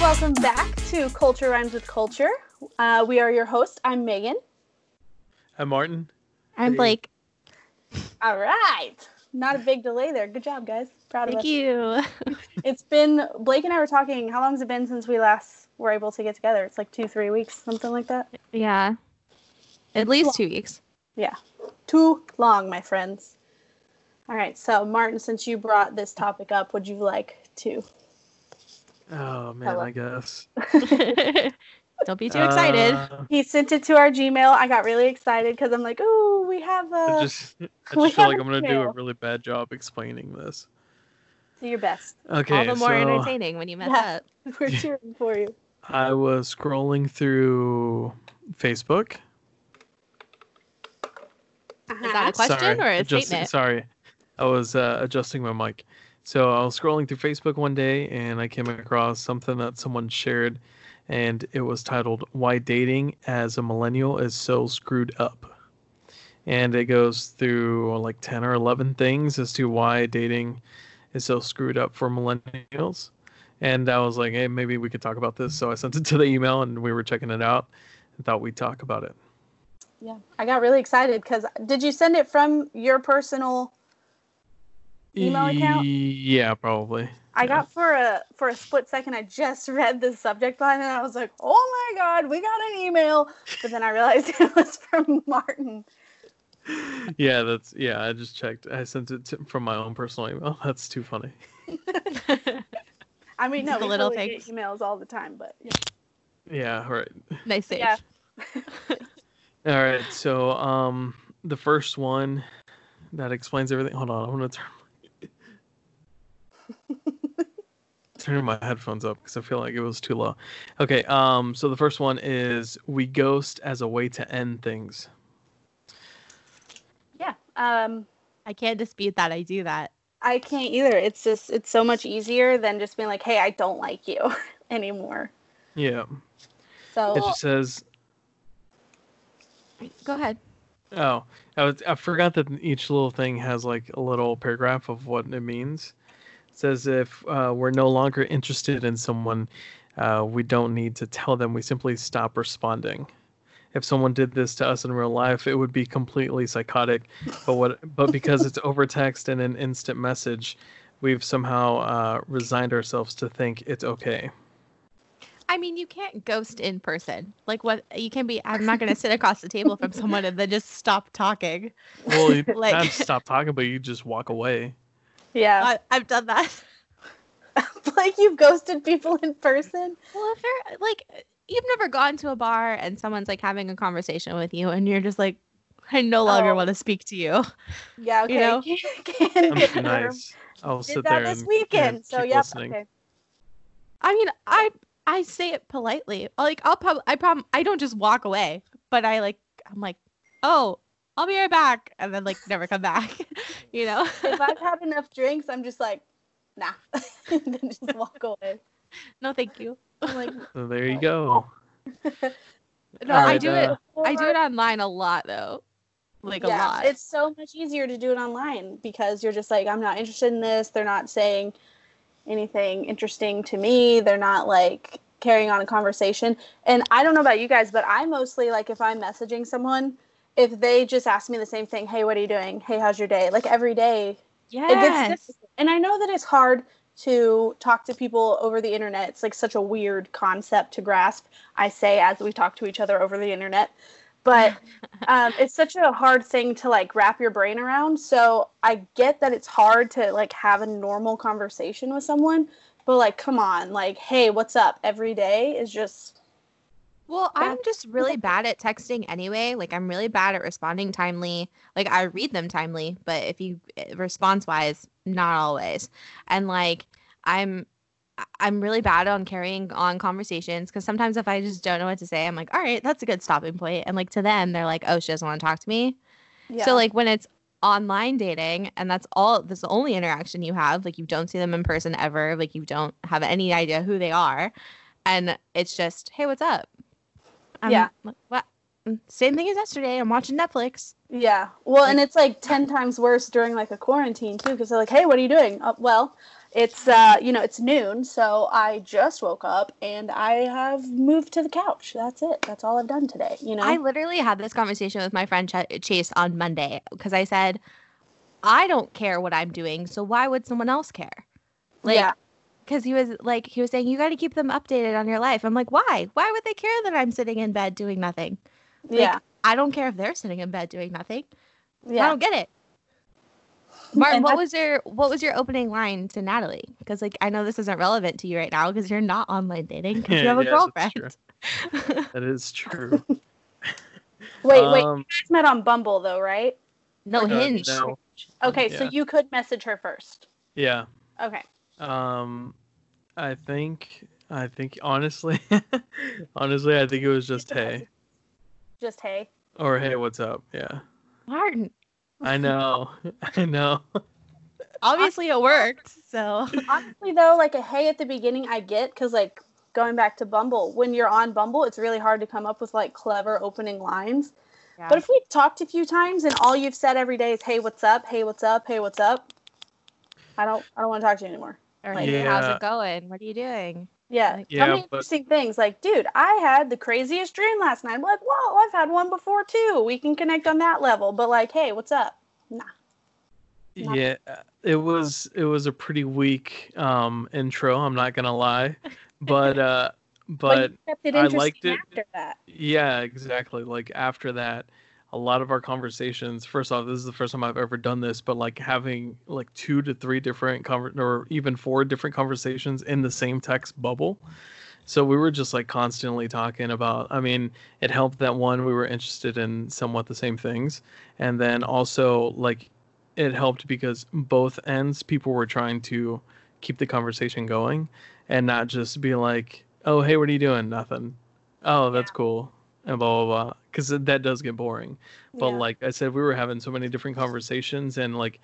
Welcome back to Culture Rhymes with Culture. Uh, we are your hosts. I'm Megan. I'm Martin. I'm Hey. Blake. All right. Not a big delay there. Good job, guys. Proud of us. Thank you. It's been, Blake and I were talking. How long has it been since we last were able to get together? It's like two, three weeks, something like that. yeah. At least two weeks. Too long, my friends. All right. So, Martin, since you brought this topic up, would you like to? Oh man, Hello. I guess. Don't be too excited. Uh, He sent it to our Gmail. I got really excited because I'm like, oh, we have I a. just, Uh, I we just feel like have I'm gonna do a email. really bad job explaining this. do your best. Okay, All the more so entertaining when you mess Yeah. up. We're Yeah. cheering for you. I was scrolling through Facebook. Is that a question sorry, or a adjust- statement? Sorry, I was uh, adjusting my mic. So I was scrolling through Facebook one day and I came across something that someone shared, and it was titled "Why Dating as a Millennial is So Screwed Up," and it goes through like ten or eleven things as to why dating is so screwed up for millennials. And I was like, hey, maybe we could talk about this. So I sent it to the email and we were checking it out and thought we'd talk about it. Yeah, I got really excited because did you send it from your personal? Email account? Yeah, probably. I Yeah. got for a for a split second. I just read the subject line and I was like, "Oh my god, we got an email!" But then I realized it was from Martin. yeah, that's yeah. I just checked. I sent it to, from my own personal email. That's too funny. I mean, no, The we little totally get things. emails all the time, but yeah. Yeah, right. nice save. Yeah. All right. So, um, the first one that explains everything. Hold on, I'm gonna turn turn my headphones up because I feel like it was too low. Okay. Um. So the first one is we ghost as a way to end things. yeah. Um, I can't dispute that. I do that. I can't either. It's just it's so much easier than just being like, "Hey, I don't like you anymore." Yeah. So It just says Go ahead. Oh, I, was, I forgot that each little thing has like a little paragraph of what it means. It says if uh, we're no longer interested in someone, uh, we don't need to tell them. We simply stop responding. If someone did this to us in real life, it would be completely psychotic. But what? But because it's over text and an instant message, we've somehow uh, resigned ourselves to think it's okay. I mean, you can't ghost in person. Like, what? You can be. I'm not going to sit across the table from someone and then just stop talking. Well, you Like- not stop talking, but you just walk away. yeah, I, I've done that. like you've ghosted people in person. Well, if they're like, you've never gone to a bar and someone's like having a conversation with you, and you're just like, I no longer Oh. want to speak to you. Yeah, okay. You know? Can I'm get nervous. nice. I'll did sit that there this and, weekend. and so keep yep. listening. Okay. I mean, I I say it politely. Like, I'll probably, I prob I don't just walk away, but I like, I'm like, oh, I'll be right back, and then like never come back. you know? if I've had enough drinks, I'm just like, nah, and then just walk away. no, thank you. I'm like, So there you go. No, All I right, do uh, it. I do it online a lot though. Like yeah, a lot. it's so much easier to do it online because you're just like, I'm not interested in this. They're not saying anything interesting to me. They're not like carrying on a conversation. And I don't know about you guys, but I mostly like if I'm messaging someone, if they just ask me the same thing, hey, what are you doing? Hey, how's your day? Like every day, it gets yes. difficult. and i know that it's hard to talk to people over the internet it's like such a weird concept to grasp i say as we talk to each other over the internet but um, it's such a hard thing to like wrap your brain around so i get that it's hard to like have a normal conversation with someone but like come on like hey what's up every day is just Well, I'm That's- just really bad at texting anyway. Like I'm really bad at responding timely. Like I read them timely, but if you response wise, not always. And like I'm I- I'm really bad on carrying on conversations because sometimes if I just don't know what to say, I'm like, all right, that's a good stopping point. And like to them, they're like, oh, she doesn't want to talk to me. yeah. So like when it's online dating and that's all that's the only interaction you have, like you don't see them in person ever, like you don't have any idea who they are. And it's just, hey, what's up? Yeah. like, What? Mm, Same thing as yesterday. I'm watching Netflix. Yeah. Well, and it's like 10 times worse during like a quarantine too because they're like, "Hey, what are you doing?" Uh, well, It's uh, you know, it's noon, so I just woke up and I have moved to the couch. That's it. That's all I've done today. You know, I literally had this conversation with my friend Ch- Chase on Monday because I said, I don't care what I'm doing, so why would someone else care? Like, yeah, because he was like, he was saying, you got to keep them updated on your life. I'm like, why? Why would they care that I'm sitting in bed doing nothing? like, yeah, I don't care if they're sitting in bed doing nothing. I yeah. don't get it. Martin, And what that's- was your what was your opening line to Natalie? Because like I know this isn't relevant to you right now because you're not online dating because you have a yes, that's girlfriend. true. That is true. Wait, wait. You Um, guys met on Bumble though, right? No uh, hinge. no. Okay, so Yeah. you could message her first. Yeah. Okay. Um, I think I think honestly, honestly, I think it was just hey Just hey. or hey, what's up? Yeah. Martin, I know. I know. obviously it worked. So Honestly though, like a hey at the beginning, I get because like going back to Bumble, when you're on Bumble, it's really hard to come up with like clever opening lines. But if we've talked a few times and all you've said every day is "Hey, what's up? Hey, what's up? Hey, what's up?" I don't, I don't want to talk to you anymore. Or, like- hey, how's Yeah. it going? What are you doing? Yeah, Like- Yeah, tell me but- interesting things. Like, dude, I had the craziest dream last night. I'm like, whoa, I've had one before too. We can connect on that level. But like, hey, what's up? Not- Yeah, it was it was a pretty weak um intro, I'm not going to lie. But uh but you kept it I interesting liked it. after that. yeah, exactly. Like after that, a lot of our conversations, first off, this is the first time I've ever done this, but like having like two to three different conver- or even four different conversations in the same text bubble. So we were just like constantly talking about. I mean, it helped that one we were interested in somewhat the same things, and then also like it helped because both ends people were trying to keep the conversation going and not just be like, "Oh, hey, what are you doing?" Nothing. Oh, that's cool. And blah blah blah. Because that does get boring. But Yeah. like I said, we were having so many different conversations and like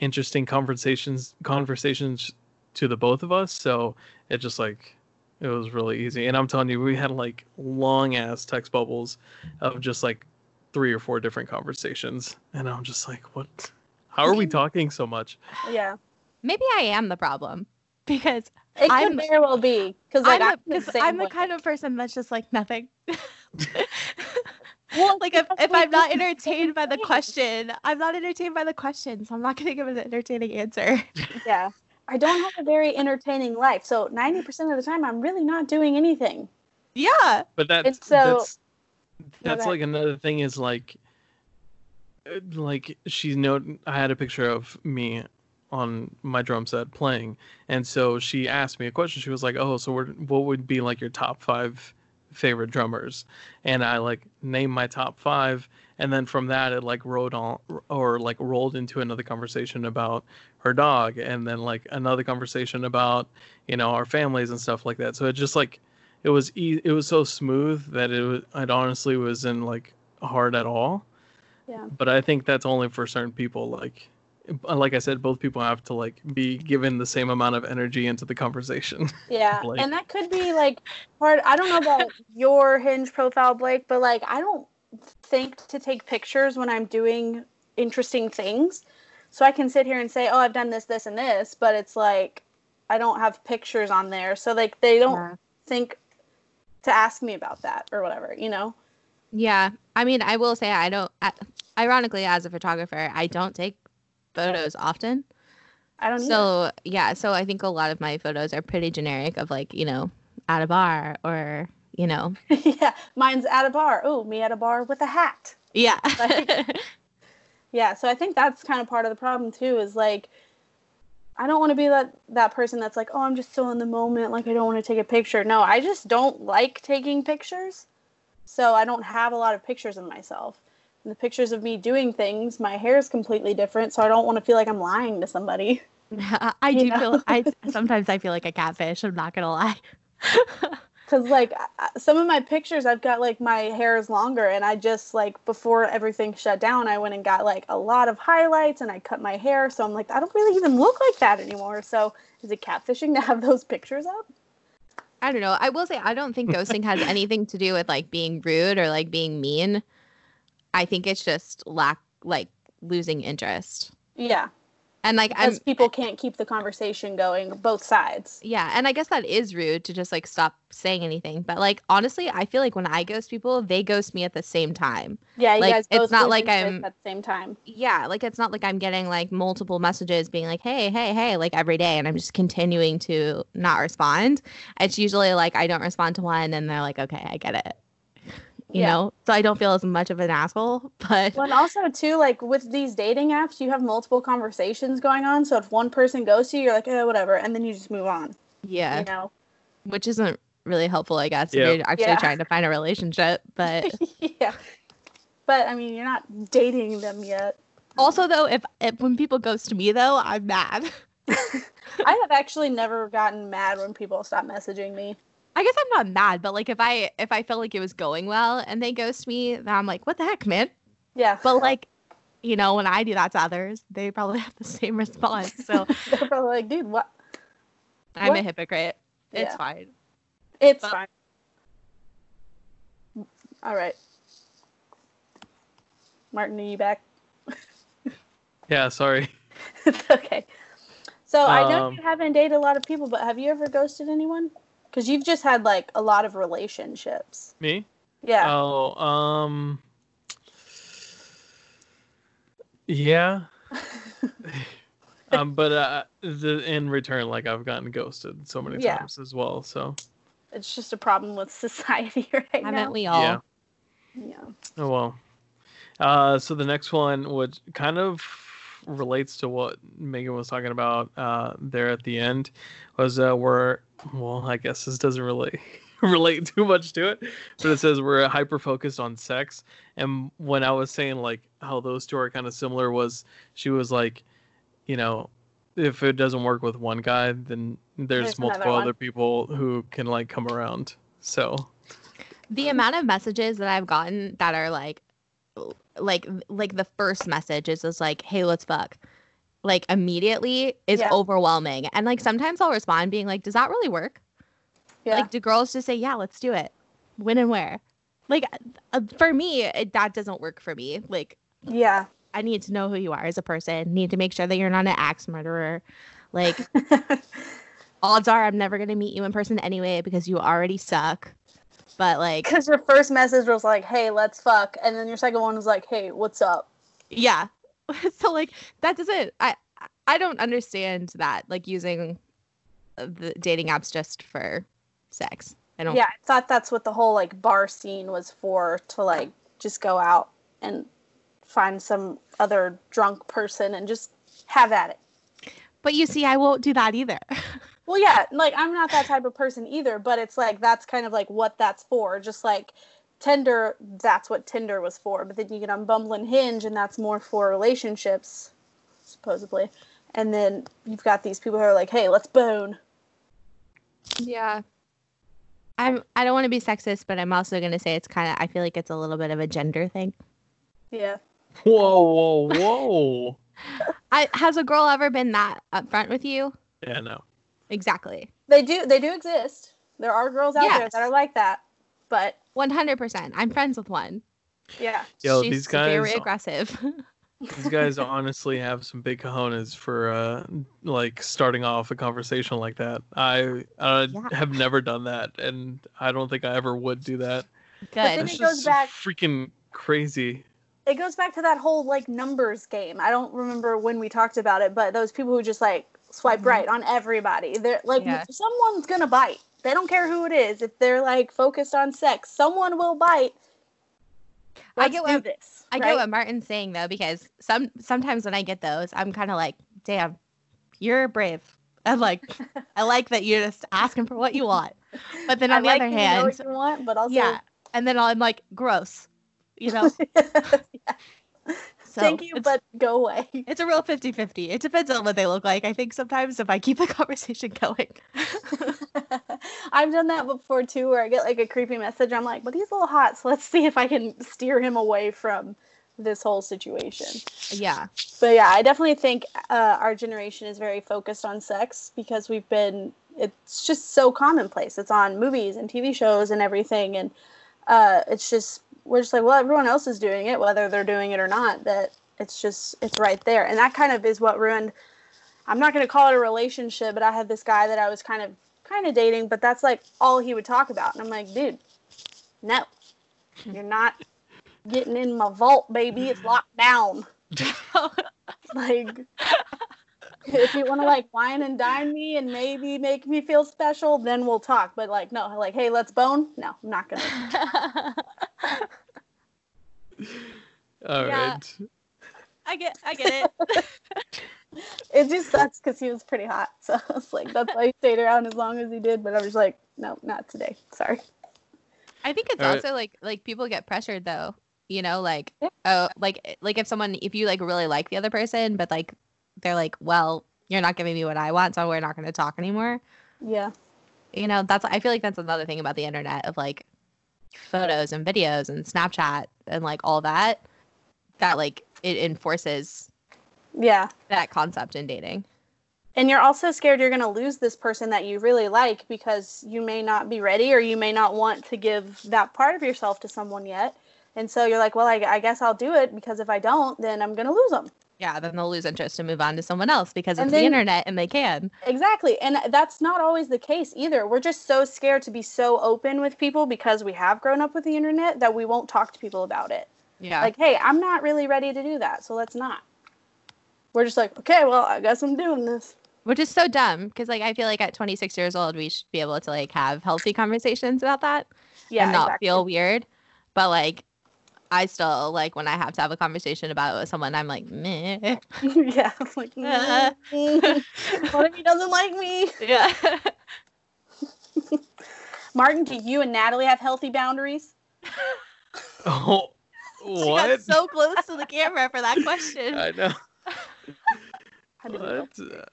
interesting conversations conversations to the both of us. So it just like it was really easy. And I'm telling you, we had like long ass text bubbles of just like three or four different conversations. And I'm just like, what? How are we talking so much? yeah, Maybe I am the problem because it I'm- could very well be because like I'm, I'm, a, because the same I'm the way. kind of person that's just like nothing. Well, like if, because if we I'm not do the entertained same by the thing. question, I'm not entertained by the question, so I'm not gonna give an entertaining answer. yeah, I don't have a very entertaining life. So ninety percent of the time, I'm really not doing anything. yeah. But that's so- go that's that's ahead. like another thing is like uh, like she know I had a picture of me on my drum set playing, and so she asked me a question. She was like, "Oh, so what what would be like your top five favorite drummers?" And I like named my top five, and then from that it like rolled on or like rolled into another conversation about her dog, and then like another conversation about you know our families and stuff like that. So it just like it was e- it was so smooth that it was, it honestly wasn't like hard at all. Yeah. But I think that's only for certain people. Like, uh, like I said, both people have to like be given the same amount of energy into the conversation. Yeah, Blake. and that could be like part. I don't know about your Hinge profile, Blake, but like I don't think to take pictures when I'm doing interesting things. So I can sit here and say, "Oh, I've done this, this, and this," but it's like I don't have pictures on there, so like they don't think to ask me about that or whatever, you know? Yeah, I mean, I will say I don't. I, ironically, as a photographer, I don't take photos often. I don't. either. So yeah, so I think a lot of my photos are pretty generic of like you know at a bar or you know yeah, mine's at a bar. Oh, me at a bar with a hat. yeah Yeah, so I think that's kind of part of the problem too is like I don't want to be that that person that's like, "Oh, I'm just still in the moment, like I don't want to take a picture." No, I just don't like taking pictures. So I don't have a lot of pictures of myself. And the pictures of me doing things, my hair is completely different, so I don't want to feel like I'm lying to somebody. I You do know? feel I sometimes I feel like a catfish. I'm not gonna lie. Cuz like I- I- some of my pictures I've got like my hair is longer and I just like before everything shut down, I went and got like a lot of highlights and I cut my hair, so I'm like I don't really even look like that anymore. So is it catfishing to have those pictures up? I don't know. I will say I don't think ghosting has anything to do with like being rude or like being mean. I think it's just lack like losing interest. Yeah. And like I'm because people can't keep the conversation going both sides. yeah, and I guess that is rude to just like stop saying anything. But like honestly, I feel like when I ghost people, they ghost me at the same time. Yeah, you Like, guys it's both not lose like interest I'm- at the same time. Yeah, like it's not like I'm getting like multiple messages being like, "Hey, hey, hey," like every day and I'm just continuing to not respond. It's usually like I don't respond to one and they're like, "Okay, I get it." You Yeah. know? So I don't feel as much of an asshole, but Well, and also too, like with these dating apps, you have multiple conversations going on. So if one person ghosts you, you're like, eh, whatever, and then you just move on. yeah. You know? which isn't really helpful, I guess, Yeah. if you're actually Yeah. trying to find a relationship. But yeah. But I mean, you're not dating them yet. also, though, if, if when people ghost me, though, I'm mad. I have actually never gotten mad when people stop messaging me. I guess I'm not mad, but like if I if I felt like it was going well and they ghost me, then I'm like, what the heck, man? Yeah. But like, you know, when I do that to others, they probably have the same response. So They're probably like, dude, what? I'm a What? hypocrite. It's Yeah. fine. It's Well- fine. All right. Martin, are you back? Yeah, sorry. it's okay. So I know Um, you haven't dated a lot of people, but have you ever ghosted anyone? Because you've just had like a lot of relationships. Me? Yeah. Oh, um Yeah. um but uh the in return like I've gotten ghosted so many Yeah. times as well, so it's just a problem with society right now. Haven't we all? Yeah. yeah. Oh well. Uh, so the next one, which kind of relates to what Megan was talking about uh, there at the end, was uh, we're well, I guess this doesn't really relate too much to it, but it says we're hyper focused on sex. And when I was saying like how those two are kind of similar, was she was like, you know, if it doesn't work with one guy, then there's, There's another multiple one. other people who can like come around. So the amount of messages that I've gotten that are like, l- like, like the first message is just like, "Hey, let's fuck," like immediately is Yeah. overwhelming. And like sometimes I'll respond being like, "Does that really work?" Yeah. Like, do girls just say, "Yeah, let's do it," when and where? Like, uh, for me, it, that doesn't work for me. Like, yeah. I need to know who you are as a person. Need to make sure that you're not an axe murderer. Like, odds are I'm never gonna meet you in person anyway because you already suck. But like, Because your first message was like, hey, let's fuck. And then your second one was like, hey, what's up? yeah so like that doesn't i i don't understand that like using the dating apps just for sex i don't Yeah. I thought that's what the whole like bar scene was for to like just go out and find some other drunk person and just have at it. but you see i won't do that either Well, yeah, like I'm not that type of person either, but it's like that's kind of like what that's for. Just like Tinder, that's what Tinder was for. But then you get on Bumble and Hinge, and that's more for relationships, supposedly. And then you've got these people who are like, hey, let's bone. yeah i'm i don't want to be sexist but i'm also going to say it's kind of i feel like it's a little bit of a gender thing Yeah. whoa, whoa, whoa. i has a girl ever been that upfront with you yeah, no. exactly They do they do exist. There are girls out there Yes. that are like that. But 100% i'm friends with one yeah. Yo, she's these very guys- aggressive These guys honestly have some big cojones for uh, like starting off a conversation like that. I uh, Yeah. have never done that, and I don't think I ever would do that. then good it That's goes just back- freaking crazy. It goes back to that whole like numbers game. I don't remember when we talked about it, but those people who just like swipe Mhm. right on everybody. They're like Yeah. someone's gonna bite. They don't care who it is. If they're like focused on sex, someone will bite. I Let's get do what- this. I get right? what Martin's saying though, because some sometimes when I get those, I'm kind of like, "Damn, you're brave." I'm like, I like that you're just asking for what you want. But then I on the like other that you know hand, what you want, but also yeah, and then I'm like, gross, you know. So thank you, it's, but go away. it's a real 50-50. It depends on what they look like. I think sometimes if I keep the conversation going, I've done that before too, where I get like a creepy message. I'm like, but he's a little hot, so let's see if I can steer him away from this whole situation. yeah, But yeah, I definitely think uh, our generation is very focused on sex because we've been, it's just so commonplace. It's on movies and TV shows and everything. And uh, it's just, we're just like, well, everyone else is doing it, whether they're doing it or not, that it's just, it's right there. And that kind of is what ruined I'm not going to call it a relationship, but I had this guy that I was kind of kind of dating, but that's like all he would talk about. And I'm like, dude, no. You're not getting in my vault, baby. It's locked down. like if you want to like wine and dine me and maybe make me feel special, then we'll talk. But like no, like hey, let's bone. No, I'm not going to. All Yeah. right. I get I get it. It just sucks cuz he was pretty hot. So I was like that's why he stayed around as long as he did, but I was like no, not today. Sorry. I think it's All right. also like like people get pressured though. You know, like Yeah. oh, like like if someone if you like really like the other person, but like they're like, well, you're not giving me what I want, so we're not going to talk anymore. Yeah. You know, that's I feel like that's another thing about the internet of like photos and videos and Snapchat and like all that that like it enforces Yeah. that concept in dating. And you're also scared you're going to lose this person that you really like because you may not be ready or you may not want to give that part of yourself to someone yet. And so you're like, well, I, I guess I'll do it because if I don't, then I'm going to lose them. Yeah, then they'll lose interest and move on to someone else because And it's then- the internet and they can. Exactly. And that's not always the case either. We're just so scared to be so open with people because we have grown up with the internet that we won't talk to people about it. Yeah. Like, hey, I'm not really ready to do that. So let's not. We're just like, okay, well, I guess I'm doing this. which is so dumb because like i feel like at 26 years old we should be able to like have healthy conversations about that Yeah. and not exactly. feel weird but like i still like when i have to have a conversation about it with someone i'm like meh yeah. I'm like, Uh. mm, what if he doesn't like me? yeah Martin, do you and Natalie have healthy boundaries? Oh, She what? got so close to the camera for that question I know. I What? don't know. Uh,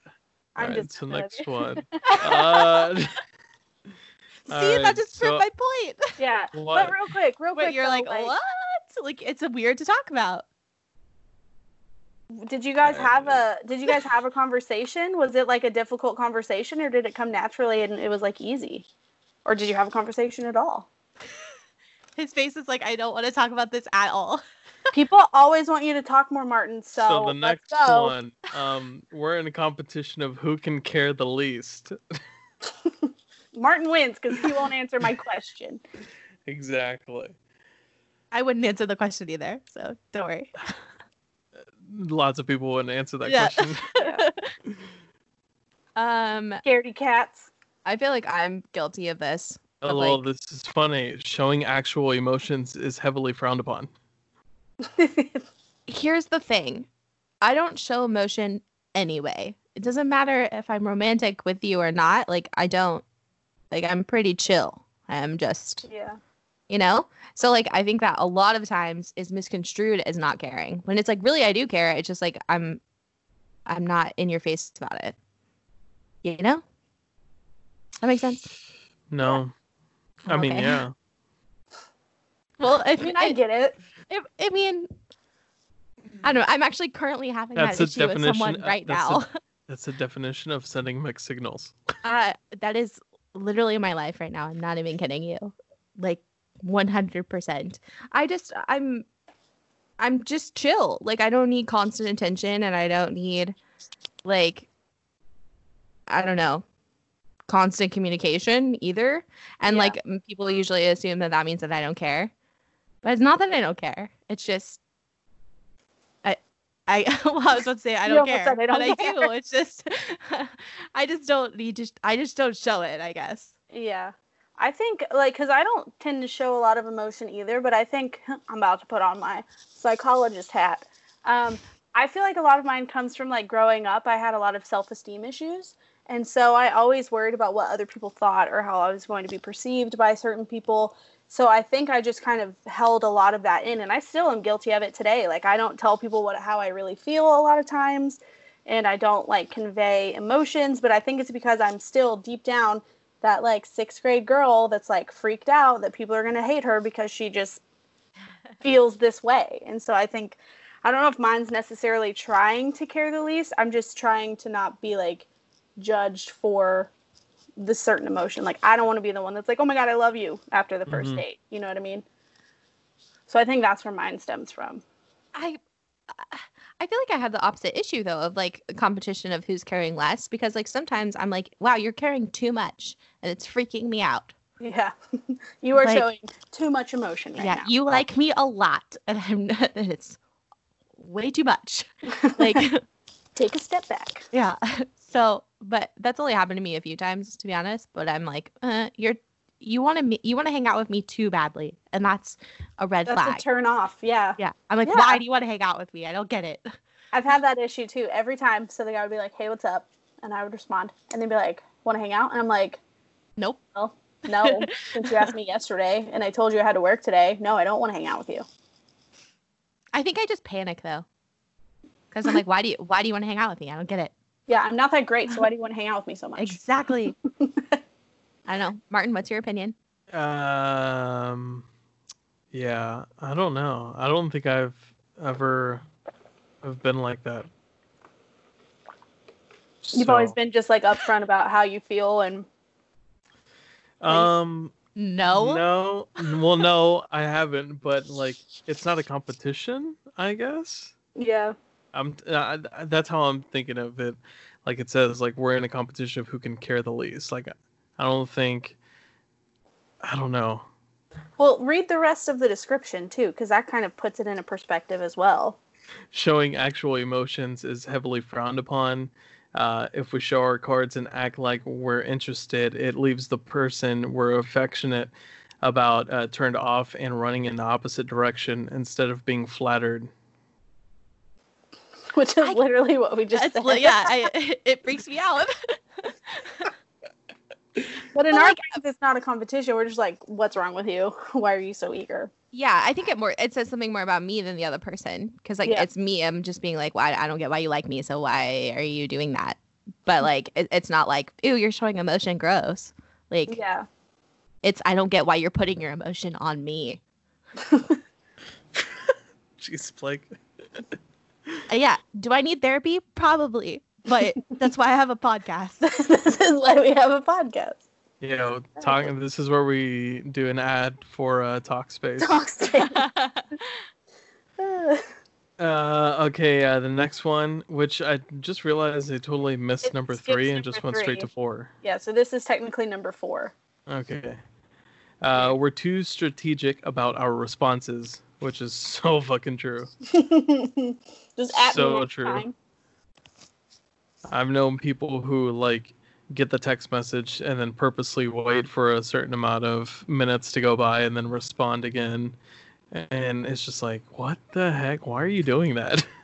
I'm Alright, just so gonna- next one. Uh, see Alright, that just proved so- my point Yeah. what? But real quick, real but quick. you're though, like what like it's weird to talk about Did you guys Uh, have a did you guys have a conversation? Was it like a difficult conversation or did it come naturally and it was like easy? Or did you have a conversation at all? his face is like i don't want to talk about this at all People always want you to talk more, Martin. So, so the next let's go. one, um, we're in a competition of who can care the least. Martin wins because he won't answer my question. Exactly. i wouldn't answer the question either so don't worry Lots of people wouldn't answer that Yeah. question. um Scaredy cats. i feel like i'm guilty of this Of, Hello, like- this is funny. Showing actual emotions is heavily frowned upon. here's the thing I don't show emotion anyway. It doesn't matter if I'm romantic with you or not. Like, I don't, like, I'm pretty chill. I'm just, yeah. you know? So, like, I think that a lot of times is misconstrued as not caring. When it's like, really, I do care. It's just like, I'm, I'm not in your face about it. You know? That makes sense. No. I mean, Okay. yeah. Well, I I mean, I mean, get it. I, I mean, I don't know. I'm actually currently having That's a that issue with definition- uh, someone right that's a now. That's the definition of sending mixed signals. Uh, that is literally my life right now. I'm not even kidding you. Like 100%. I just I'm I'm just chill. Like I don't need constant attention and I don't need like I don't know constant communication either. And Yeah. like m- people usually assume that that means that I don't care. But it's not that I don't care. It's just I I well, I was about to say I You don't almost care, said I don't but care. I do. It's just I just don't need to. I just don't show it. I guess. Yeah. I think, like, because I don't tend to show a lot of emotion either, but I think I'm about to put on my psychologist hat. Um, I feel like a lot of mine comes from, like, growing up, I had a lot of self esteem issues. And so I always worried about what other people thought or how I was going to be perceived by certain people. So I think I just kind of held a lot of that in, and I still am guilty of it today. Like, I don't tell people what how I really feel a lot of times, and I don't, like, convey emotions, but I think it's because I'm still deep down that like sixth grade girl that's like freaked out that people are going to hate her because she just feels this way. And so I think, I don't know if mine's necessarily trying to care the least. I'm just trying to not be like judged for the certain emotion. Like, I don't want to be the one that's like, oh my God, I love you after the 1st Mhm. date. You know what I mean? So I think that's where mine stems from. I I feel like I have the opposite issue though of like competition of who's carrying less because like sometimes I'm like, wow, you're carrying too much and it's freaking me out. Yeah. you are Like- showing too much emotion right yeah, now. you like me a lot and I'm not, and it's way too much. Like Take a step back. yeah. So, but that's only happened to me a few times to be honest, but I'm like, uh, you're you want to you want to hang out with me too badly and that's a red That's flag. a turn off. Yeah. yeah. I'm like, Yeah. why do you want to hang out with me? I don't get it. I've had that issue too. Every time, so the guy would be like, "Hey, what's up?" and I would respond, and they'd be like, "Want to hang out?" and I'm like, Nope. "No, since you asked me yesterday, and I told you I had to work today. No, I don't want to hang out with you." I think I just panic though. Cuz I'm like, why do you why do you want to hang out with me? I don't get it. Yeah, I'm not that great, so why do you want to hang out with me so much? Exactly. I don't know. Martin, what's your opinion? Um, yeah, I don't know. I don't think I've ever have been like that. You've So, always been just like upfront about how you feel, and Um, No. no, well, no, I haven't. But like, it's not a competition, I guess. yeah, I'm uh, I- that's how I'm thinking of it. Like it says, like we're in a competition of who can care the least. Like I don't think, I don't know. Well, read the rest of the description too, because that kind of puts it into perspective as well. Showing actual emotions is heavily frowned upon. Uh, if we show our cards and act like we're interested, it leaves the person we're affectionate about uh, turned off and running in the opposite direction instead of being flattered. Which is I- literally what we just That's said. li- yeah, I, it freaks me out. But in But, our like- case, it's not a competition. We're just like, what's wrong with you? Why are you so eager? yeah, I think it more it says something more about me than the other person cuz like Yeah. it's me I'm just being like why I don't get why you like me, so why are you doing that? Mm-hmm. But like it, it's not like ew, you're showing emotion gross. Like Yeah. it's I don't get why you're putting your emotion on me. Jeez, Blake. Uh, yeah, do I need therapy? Probably. But that's why I have a podcast. this is why we have a podcast. You know, talking. This is where we do an ad for uh, Talkspace. Talk straight. Uh, okay, uh, the next one, which I just realized I totally missed It number skips three and number just went straight to three. four. yeah, so this is technically number four. Okay. Uh, we're too strategic about our responses, which is so fucking true. just at So the right true. time. I've known people who like get the text message and then purposely wait for a certain amount of minutes to go by and then respond again. And it's just like, what the heck? Why are you doing that?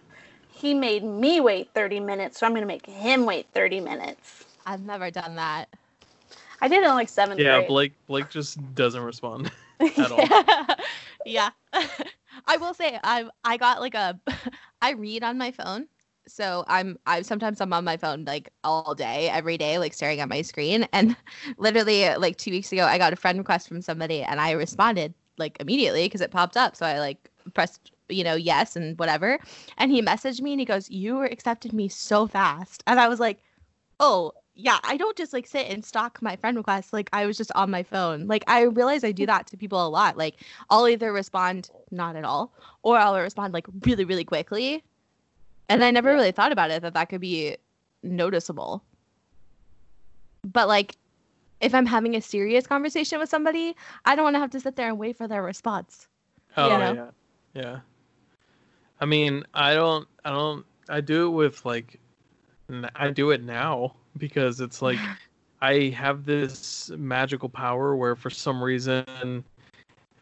He made me wait 30 minutes, so I'm going to make him wait 30 minutes. I've never done that. I did it in like seventh yeah, grade. Blake Blake just doesn't respond. at all. yeah. I will say I I got like a I read on my phone. So I'm I sometimes I'm on my phone like all day, every day, like staring at my screen. And literally like two weeks ago I got a friend request from somebody and I responded like immediately because it popped up. So I like pressed, you know, yes and whatever. And he messaged me and he goes, You were accepted me so fast. And I was like, oh yeah i don't just like sit and stalk my friend requests like i was just on my phone like i realize i do that to people a lot like i'll either respond not at all or i'll respond like really really quickly and i never Yeah. really thought about it that that could be noticeable but like if i'm having a serious conversation with somebody i don't want to have to sit there and wait for their response Oh Yeah. yeah. yeah. I mean, I don't I don't I do it with like n- I do it now because it's like I have this magical power where for some reason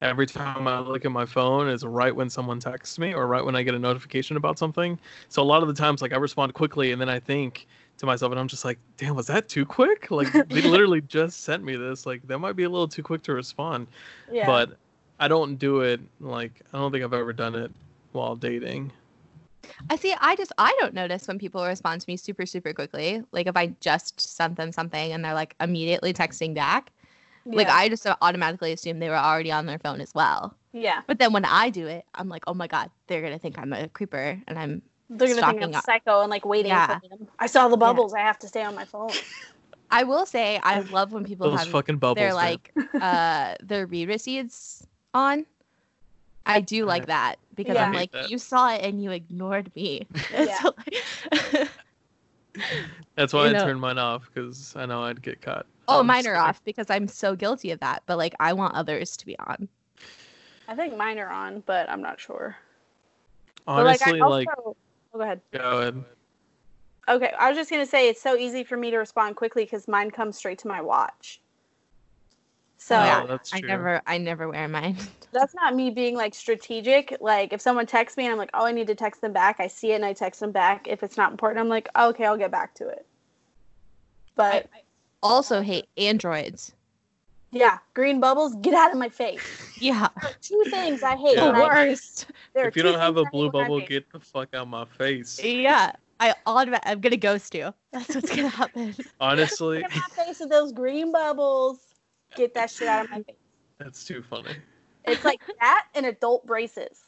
every time I look at my phone is right when someone texts me or right when I get a notification about something. So a lot of the times like I respond quickly and then I think to myself and I'm just like, "Damn, was that too quick?" Like they literally just sent me this. Like that might be a little too quick to respond yeah. but I don't do it like I don't think I've ever done it while dating. I see. I just I don't notice when people respond to me super super quickly. Like if I just sent them something and they're like immediately texting back, like Yeah. I just automatically assume they were already on their phone as well. yeah. But then when I do it, I'm like, oh my god, they're gonna think I'm a creeper, and I'm They're gonna think stalking I'm up. psycho and like waiting Yeah. for them. I saw the bubbles. I have to stay on my phone. I will say I love when people Those have fucking bubbles. man. their like uh their read receipts on. I do like that because Yeah. I I'm hate like, that. you saw it and you ignored me. Yeah. So, like- That's why You I know- turned mine off because I know I'd get caught. Um, oh, I'm mine are sorry. off because I'm so guilty of that. But like, I want others to be on. I think mine are on, but I'm not sure. Honestly, but like, I like, also... oh, go ahead. go ahead. Okay, I was just gonna say it's so easy for me to respond quickly because mine comes straight to my watch. So Yeah. oh, that's true. I never, I never wear mine. that's not me being like strategic. Like if someone texts me and I'm like, oh, I need to text them back, I see it and I text them back. If it's not important, I'm like, oh, okay, I'll get back to it. But also hate androids. yeah, green bubbles, get out of my face. Yeah, There are two things I hate. Yeah. when the I- worst. there are If you two don't have a things I blue hate when I bubble, vape. get the fuck out my face. Yeah, I automa- I'm gonna ghost you. That's what's gonna happen. Honestly, Get in my face with those green bubbles. Get that shit out of my face. that's too funny. It's like that and adult braces.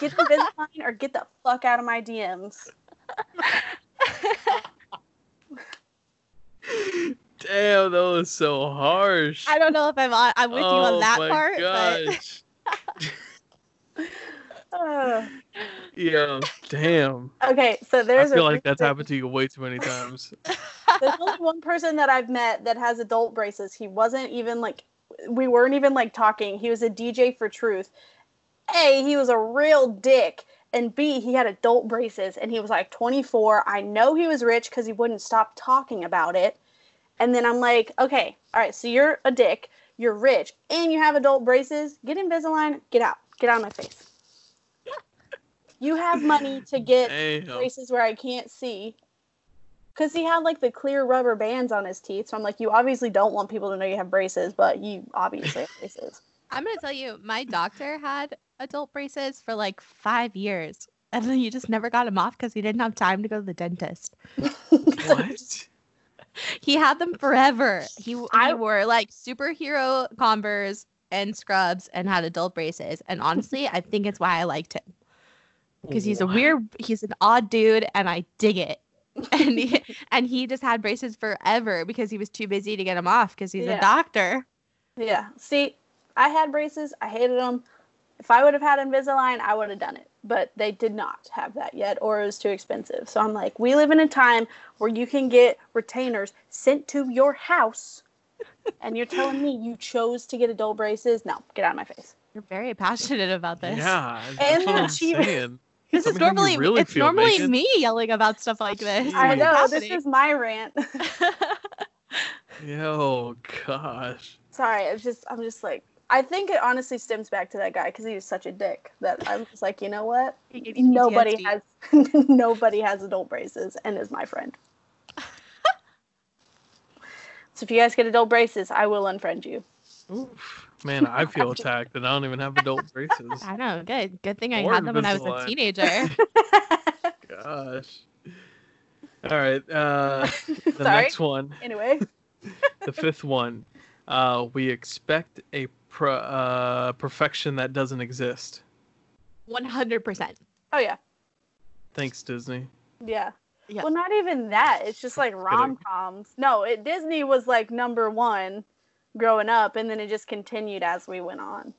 Get Invisalign or get the fuck out of my DMs. Damn, that was so harsh. I don't know if I'm on. I'm with you Oh on that my part, Gosh. Ugh. Yeah, damn. okay, so there's. I feel a like that's reason- happened to you way too many times. There's only one person that I've met that has adult braces. He wasn't even like, we weren't even like talking. He was a DJ for Truth. A, he was a real dick. And B, he had adult braces and he was like 24. I know he was rich because he wouldn't stop talking about it. And then I'm like, okay, all right, so you're a dick, you're rich, and you have adult braces. Get Invisalign, get out, get out of my face. You have money to get Damn. places where I can't see. Because he had like the clear rubber bands on his teeth. So I'm like, you obviously don't want people to know you have braces, but you obviously have braces. but I'm gonna tell you, my doctor had adult braces for like five years, and then you just never got him off because he didn't have time to go to the dentist. What? He had them forever. He, he I- wore like superhero Converse and scrubs and had adult braces. And honestly, I think it's why I liked him. because he's a What? weird he's an odd dude and i dig it and he, and he just had braces forever because he was too busy to get them off because he's Yeah. a doctor Yeah. See, I had braces. I hated them. If I would have had Invisalign, I would have done it. But they did not have that yet, or it was too expensive. So I'm like, we live in a time where you can get retainers sent to your house. And you're telling me you chose to get adult braces? No, get out of my face. you're very passionate about this Yeah, that's what they're I'm cheaper. saying. this Tell is me how you normally really it's feel, normally Megan. me yelling about stuff like this Jeez. I What's know. This is my rant. Yo, gosh. Sorry, it's just I'm just like I think it honestly stems back to that guy because he was such a dick that I'm just like you know what nobody has nobody has adult braces and is my friend. so if you guys get adult braces, I will unfriend you. Oof. Man, I feel attacked, and I don't even have adult braces. i know good good thing i Or had them when i was Invisalign. a teenager Gosh. All right. Uh, the Sorry. next one. anyway, the fifth one uh, we expect a pro- uh, perfection that doesn't exist 100% oh yeah, thanks disney yeah. Yeah. Well, not even that. It's just like Kidding. rom coms. No, it Disney was like number one growing up, and then it just continued as we went on.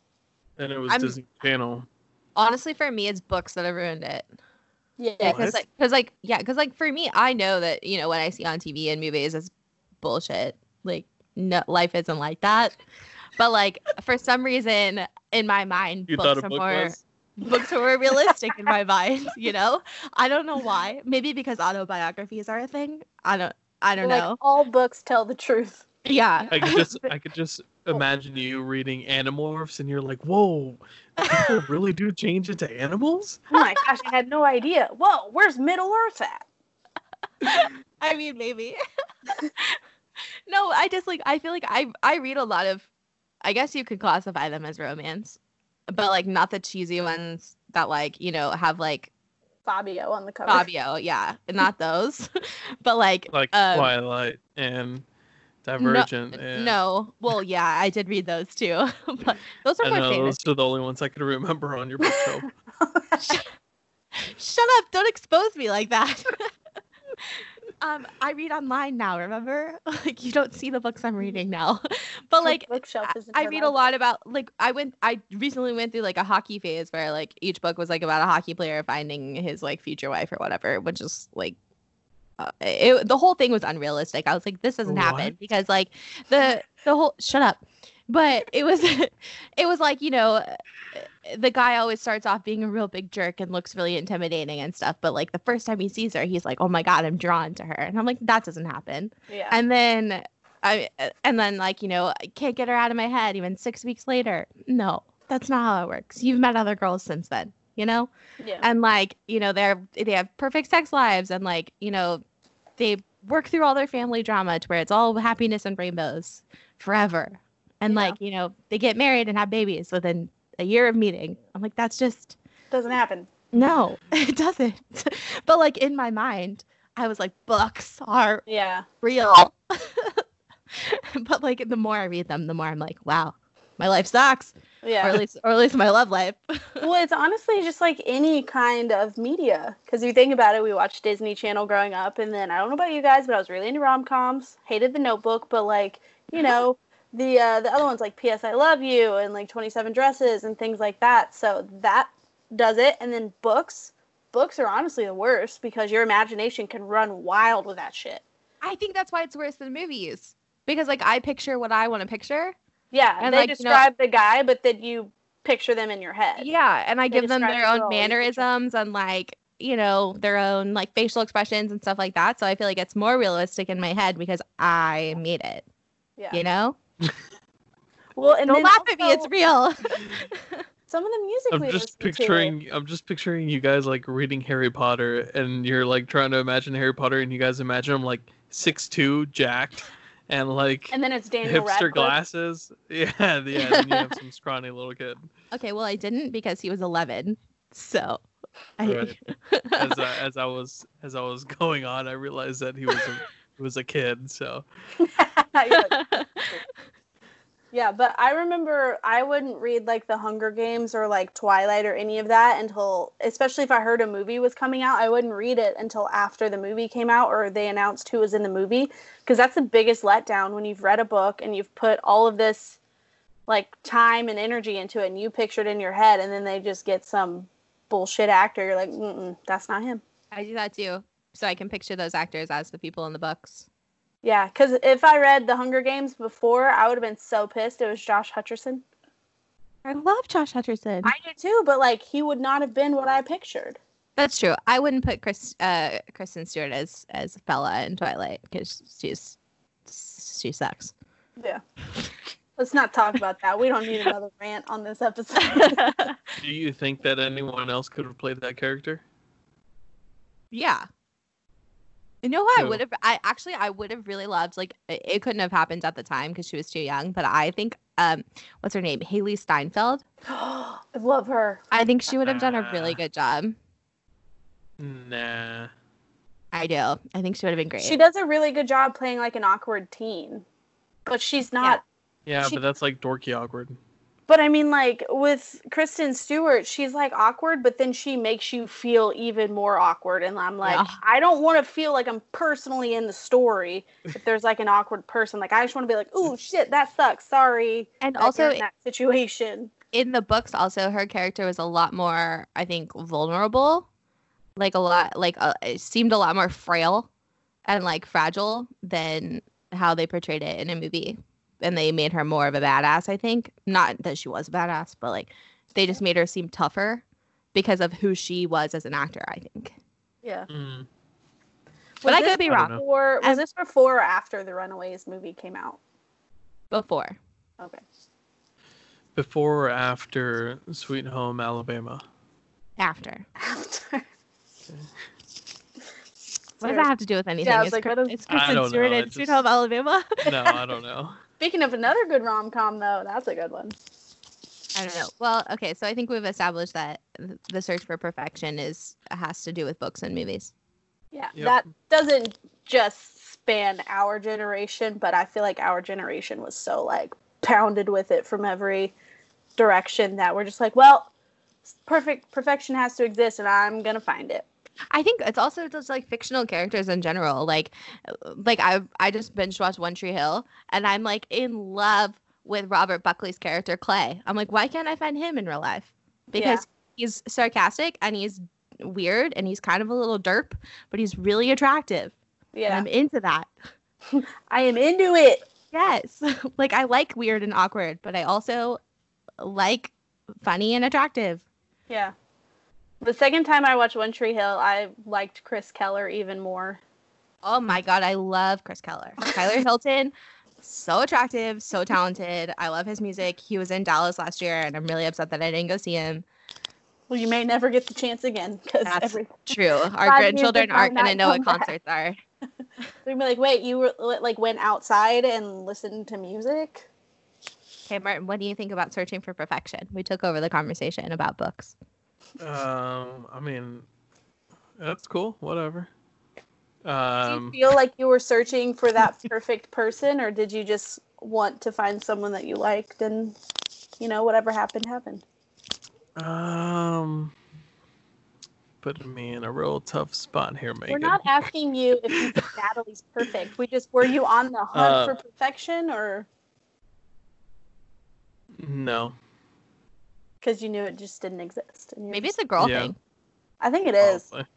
and it was I'm- disney channel honestly for me it's books that have ruined it Yeah, Yeah, because What? like, cause like, yeah, because like for me, I know that you know when I see on TV and movies, it's bullshit. Like, no, life isn't like that. But like for some reason in my mind, you books thought a are book more was books are more realistic in my mind. You know, I don't know why. Maybe because autobiographies are a thing. I don't. I don't like know. all books tell the truth. Yeah. i could just i could just imagine you reading animorphs and you're like whoa people really do change into animals Oh my gosh, I had no idea. Whoa, where's Middle Earth at? I mean, maybe. no, I just like I feel like I I read a lot of I guess you could classify them as romance, but like not the cheesy ones that like, you know, have like Fabio on the Oh. cover. Fabio, yeah, not those. but like like um, twilight and divergent and no. Well, yeah, I did read those too. but those are I my know, favorite. those are the only ones I could remember on your bookshelf. Shut up, don't expose me like that. um, I read online now, remember? Like you don't see the books I'm reading now. but like bookshelf I- is in I her read a library. lot about like I went I recently went through like a hockey phase where like each book was like about a hockey player finding his like future wife or whatever, which is like uh, it, the whole thing was unrealistic. I was like this doesn't happen What? because like the the whole shut up. But it was it was like, you know, the guy always starts off being a real big jerk and looks really intimidating and stuff, but like the first time he sees her, he's like, "Oh my god, I'm drawn to her." And I'm like, that doesn't happen Yeah. and then I uh, and then like you know I can't get her out of my head even six weeks later. No, that's not how it works. You've met other girls since then, you know, yeah. and like you know they're they have perfect sex lives and like you know they work through all their family drama to where it's all happiness and rainbows forever, and Yeah. like you know they get married and have babies within a year of meeting. I'm like that's just Doesn't happen. no, it doesn't. but like in my mind, I was like books are Yeah. real. but like the more I read them, the more I'm like, wow, my life sucks. Or Yeah. at least or at least my love life. well, it's honestly just like any kind of media. Because you think about it, we watched Disney Channel growing up, and then I don't know about you guys, but I was really into rom coms. Hated The Notebook, but like you know, the uh, the other ones like P.S. I Love You and like Twenty Seven Dresses and things like that. So that does it. And then books, books are honestly the worst because your imagination can run wild with that shit. I think that's why it's worse than movies. Because like I picture what I want to picture. Yeah, And, they like, you know- describe the guy, but then you picture them in your head. Yeah. And I They give them describe their the own girl, you picture- mannerisms and like, you know, their own like facial expressions and stuff like that. So I feel like it's more realistic in my head because I made it. Yeah. You know? Well, and Don't then laugh at me, also it's real. some of the music we I'm just listen to- picturing I'm just picturing you guys like reading Harry Potter and you're like trying to imagine Harry Potter and you guys imagine him like six two, jacked and like And then it's Daniel hipster Radcliffe. glasses. Yeah, yeah, and then you have some scrawny little kid. Okay, well, I didn't because he was 11. So, I, Right. As I, as I was as I was going on, I realized that he was a, he was a kid, so yeah. Yeah, but I remember I wouldn't read like The Hunger Games or like Twilight or any of that until, especially if I heard a movie was coming out, I wouldn't read it until after the movie came out or they announced who was in the movie. Because that's the biggest letdown when you've read a book and you've put all of this like time and energy into it and you picture it in your head and then they just get some bullshit actor. You're like, mm that's not him. I do that too. So I can picture those actors as the people in the books. Yeah, because if I read The Hunger Games before, I would have been so pissed. It was Josh Hutcherson. I love Josh Hutcherson. I do too, but like he would not have been what I pictured. That's true. I wouldn't put Chris, uh, Kristen Stewart as as Bella in Twilight because she's she sucks. Yeah. Let's not talk about that. We don't need another rant on this episode. yeah, do you think that anyone else could have played that character? you know what? I Who? would have. I actually I would have really loved. Like it, it couldn't have happened at the time because she was too young. But I think um, what's her name? Haley Steinfeld. I love her. I think she would have done a really Ah. good job. Nah. I do. I think she would have been great. She does a really good job playing like an awkward teen. But she's not Yeah, She- but that's like dorky awkward. but I mean like with Kristen Stewart, she's like awkward, but then she makes you feel even more awkward and I'm like, Yeah. I don't want to feel like I'm personally in the story if there's like an awkward person. Like I just want to be like, "Ooh, shit, that sucks. Sorry." and that you're also in that situation. in the books, also her character was a lot more, I think, vulnerable. Like a lot, like uh, it seemed a lot more frail and like fragile than how they portrayed it in a movie. And they made her more of a badass. I think not that she was a badass, but like they just made her seem tougher because of who she was as an actor. I think. Yeah. Mm. But Was I this could be I don't wrong. know. Before, was Um, this before or after the Runaways movie came out? Before, Okay. Before or after Sweet Home Alabama? after. After. What does that have to do with anything? was Is like, Kr- what does- is I Kristen don't Stewart know, in it Sweet just- Home Alabama? No, I don't know. Speaking of another good rom com, though, that's a good one. I don't know. Well, okay, so I think we've established that th- the search for perfection is has to do with books and movies. Yeah. Yep. That doesn't just span our generation, but I feel like our generation was so like pounded with it from every direction that we're just like, well, perfect perfection has to exist, and I'm gonna find it. I think it's also just like fictional characters in general. Like, like I I just binge watched One Tree Hill, and I'm like in love with Robert Buckley's character Clay. I'm like, why can't I find him in real life? Because he's sarcastic and he's weird and he's kind of a little derp, but he's really attractive. And Yeah. I'm into that. I am into it. Yes. like I like weird and awkward, but I also like funny and attractive. Yeah. The second time I watched One Tree Hill, I liked Chris Keller even more. Oh my god, I love Chris Keller. Tyler Hilton, so attractive, so talented. I love his music. He was in Dallas last year, and I'm really upset that I didn't go see him. Well, you may never get the chance again because That's every True. Our Bad music grandchildren might aren't gonna not know what come back. concerts are. they'd be like, "Wait, you were, like went outside and listened to music?" Okay, Martin, what do you think about searching for perfection? We took over the conversation about books. Um, I mean, that's cool. Whatever. Do you Um, feel like you were searching for that perfect person, or did you just want to find someone that you liked and, you know, whatever happened happened? um, putting me in a real tough spot here, Megan. We're not asking you if you think Natalie's perfect. We just were you on the hunt Uh, for perfection, or No. because you knew it just didn't exist? And you Maybe just- it's a girl Yeah. thing. I think it is. probably.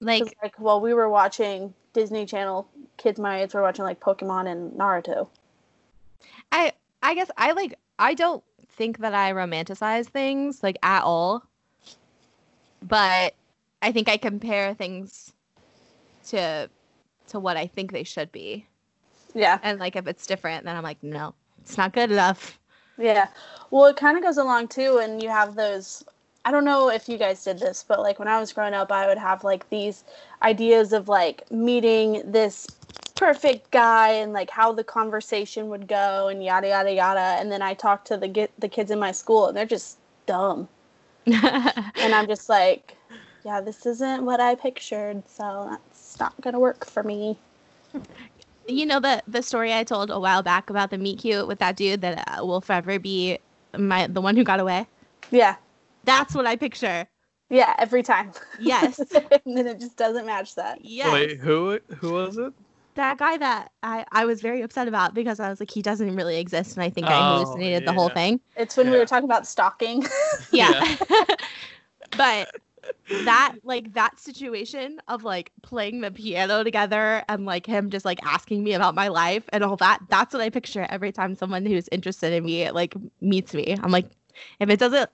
Like 'Cause, like while we were watching Disney Channel, kids my age were watching like Pokemon and Naruto. I I guess I like I don't think that I romanticize things like at all. But I think I compare things to to what I think they should be. Yeah, And like if it's different, then I'm like, no, it's not good enough. yeah. Well, it kind of goes along too, and you have those. I don't know if you guys did this, but like when I was growing up, I would have like these ideas of like meeting this perfect guy and like how the conversation would go and yada yada yada. And then I talked to the get the kids in my school, and they're just dumb. And I'm just like, yeah, this isn't what I pictured, so that's not gonna work for me. you know the the story I told a while back about the meet cute with that dude that uh, will forever be my the one who got away. Yeah. That's what I picture. Yeah, every time. Yes. and then it just doesn't match that. Yes. Wait, who who was it? that guy that I, I was very upset about because I was like, he doesn't really exist. And I think I Oh, hallucinated the whole yeah. thing. It's when we Yeah. were talking about stalking. Yeah. but that, like, that situation of like playing the piano together and like him just like asking me about my life and all that, that's what I picture every time someone who's interested in me like meets me. I'm like, if it doesn't,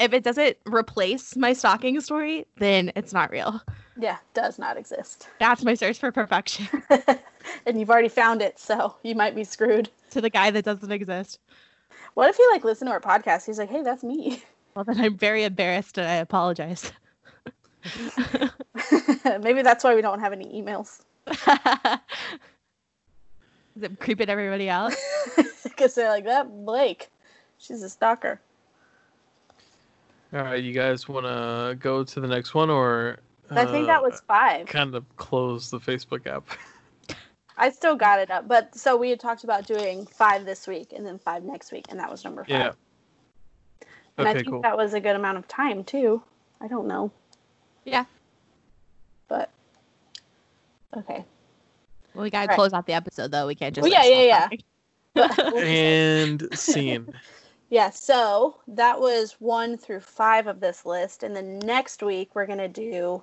if it doesn't replace my stalking story, then it's not real. yeah, does not exist. That's my search for perfection and you've already found it, so you might be screwed. to the guy that doesn't exist. What if he like listened to our podcast? He's like, "Hey, that's me." Well, then I'm very embarrassed and I apologize. Maybe that's why we don't have any emails Is it creeping everybody out? because they're like that Blake. She's a stalker. All right, you guys want to go to the next one, or I think that uh, was five. kind of close the Facebook app. I still got it up, but so we had talked about doing five this week and then five next week, and that was number five. yeah. and I Okay, think cool. that was a good amount of time too. I don't know. Yeah. But okay. Well, we gotta Right. close out the episode though. We can't just. Well, like, yeah, stop And scene. Yeah, so that was one through five of this list. And then next week we're gonna do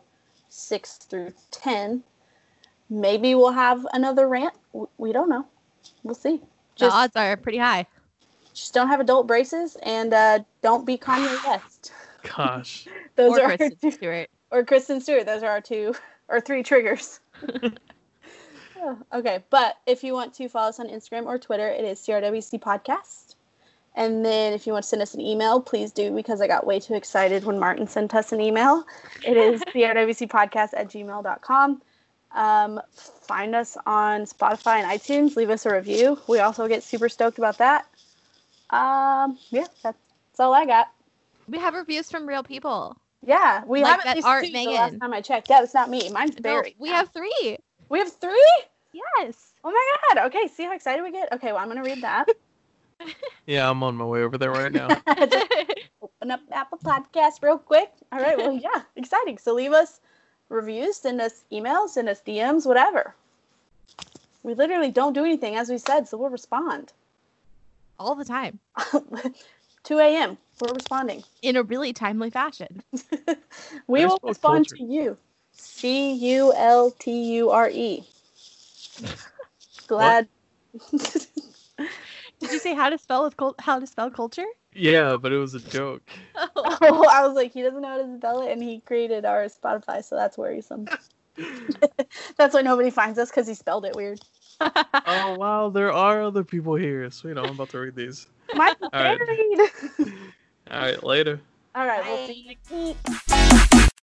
six through ten. Maybe we'll have another rant. W- We don't know. We'll see. talking. Just, the odds are pretty high. just don't have adult braces and uh, don't be Kanye West. Gosh. Those or are our Kristen two- Stewart. or Kristen Stewart. Those are our two or three triggers. Oh, okay, but if you want to follow us on Instagram or Twitter, it is CRWC Podcast. And then if you want to send us an email, please do because I got way too excited when Martin sent us an email. It is crwcpodcast at gmail.com. Um, find us on Spotify and iTunes. Leave us a review. We also get super stoked about that. Um, yeah, that's, that's all I got. We have reviews from real people. Yeah, we Like have that at least art, two the last Megan. time I checked. Yeah, it's not me. Mine's No, Barry. we have three. we have three. Yes. Oh my god! Okay, see how excited we get. Okay, well I'm gonna read that. Yeah, I'm on my way over there right now. Just open up Apple Podcast real quick. All right. Well, yeah, exciting. So leave us reviews, send us emails, send us DMs, whatever. We literally don't do anything, as we said, so we'll respond. all the time 2 a.m. We're responding. in a really timely fashion. We will Baseball respond culture. to you. C U L T U R E. Glad. Did you say how to spell with cul- how to spell culture? yeah, but it was a joke. Oh, oh, I was like, he doesn't know how to spell it, and he created our Spotify, so that's worrisome. that's why nobody finds us because he spelled it weird. Oh wow, there are other people here. Sweet, I'm about to read these. Mine's right. buried. All right, later. All right, we'll Bye. see you next week.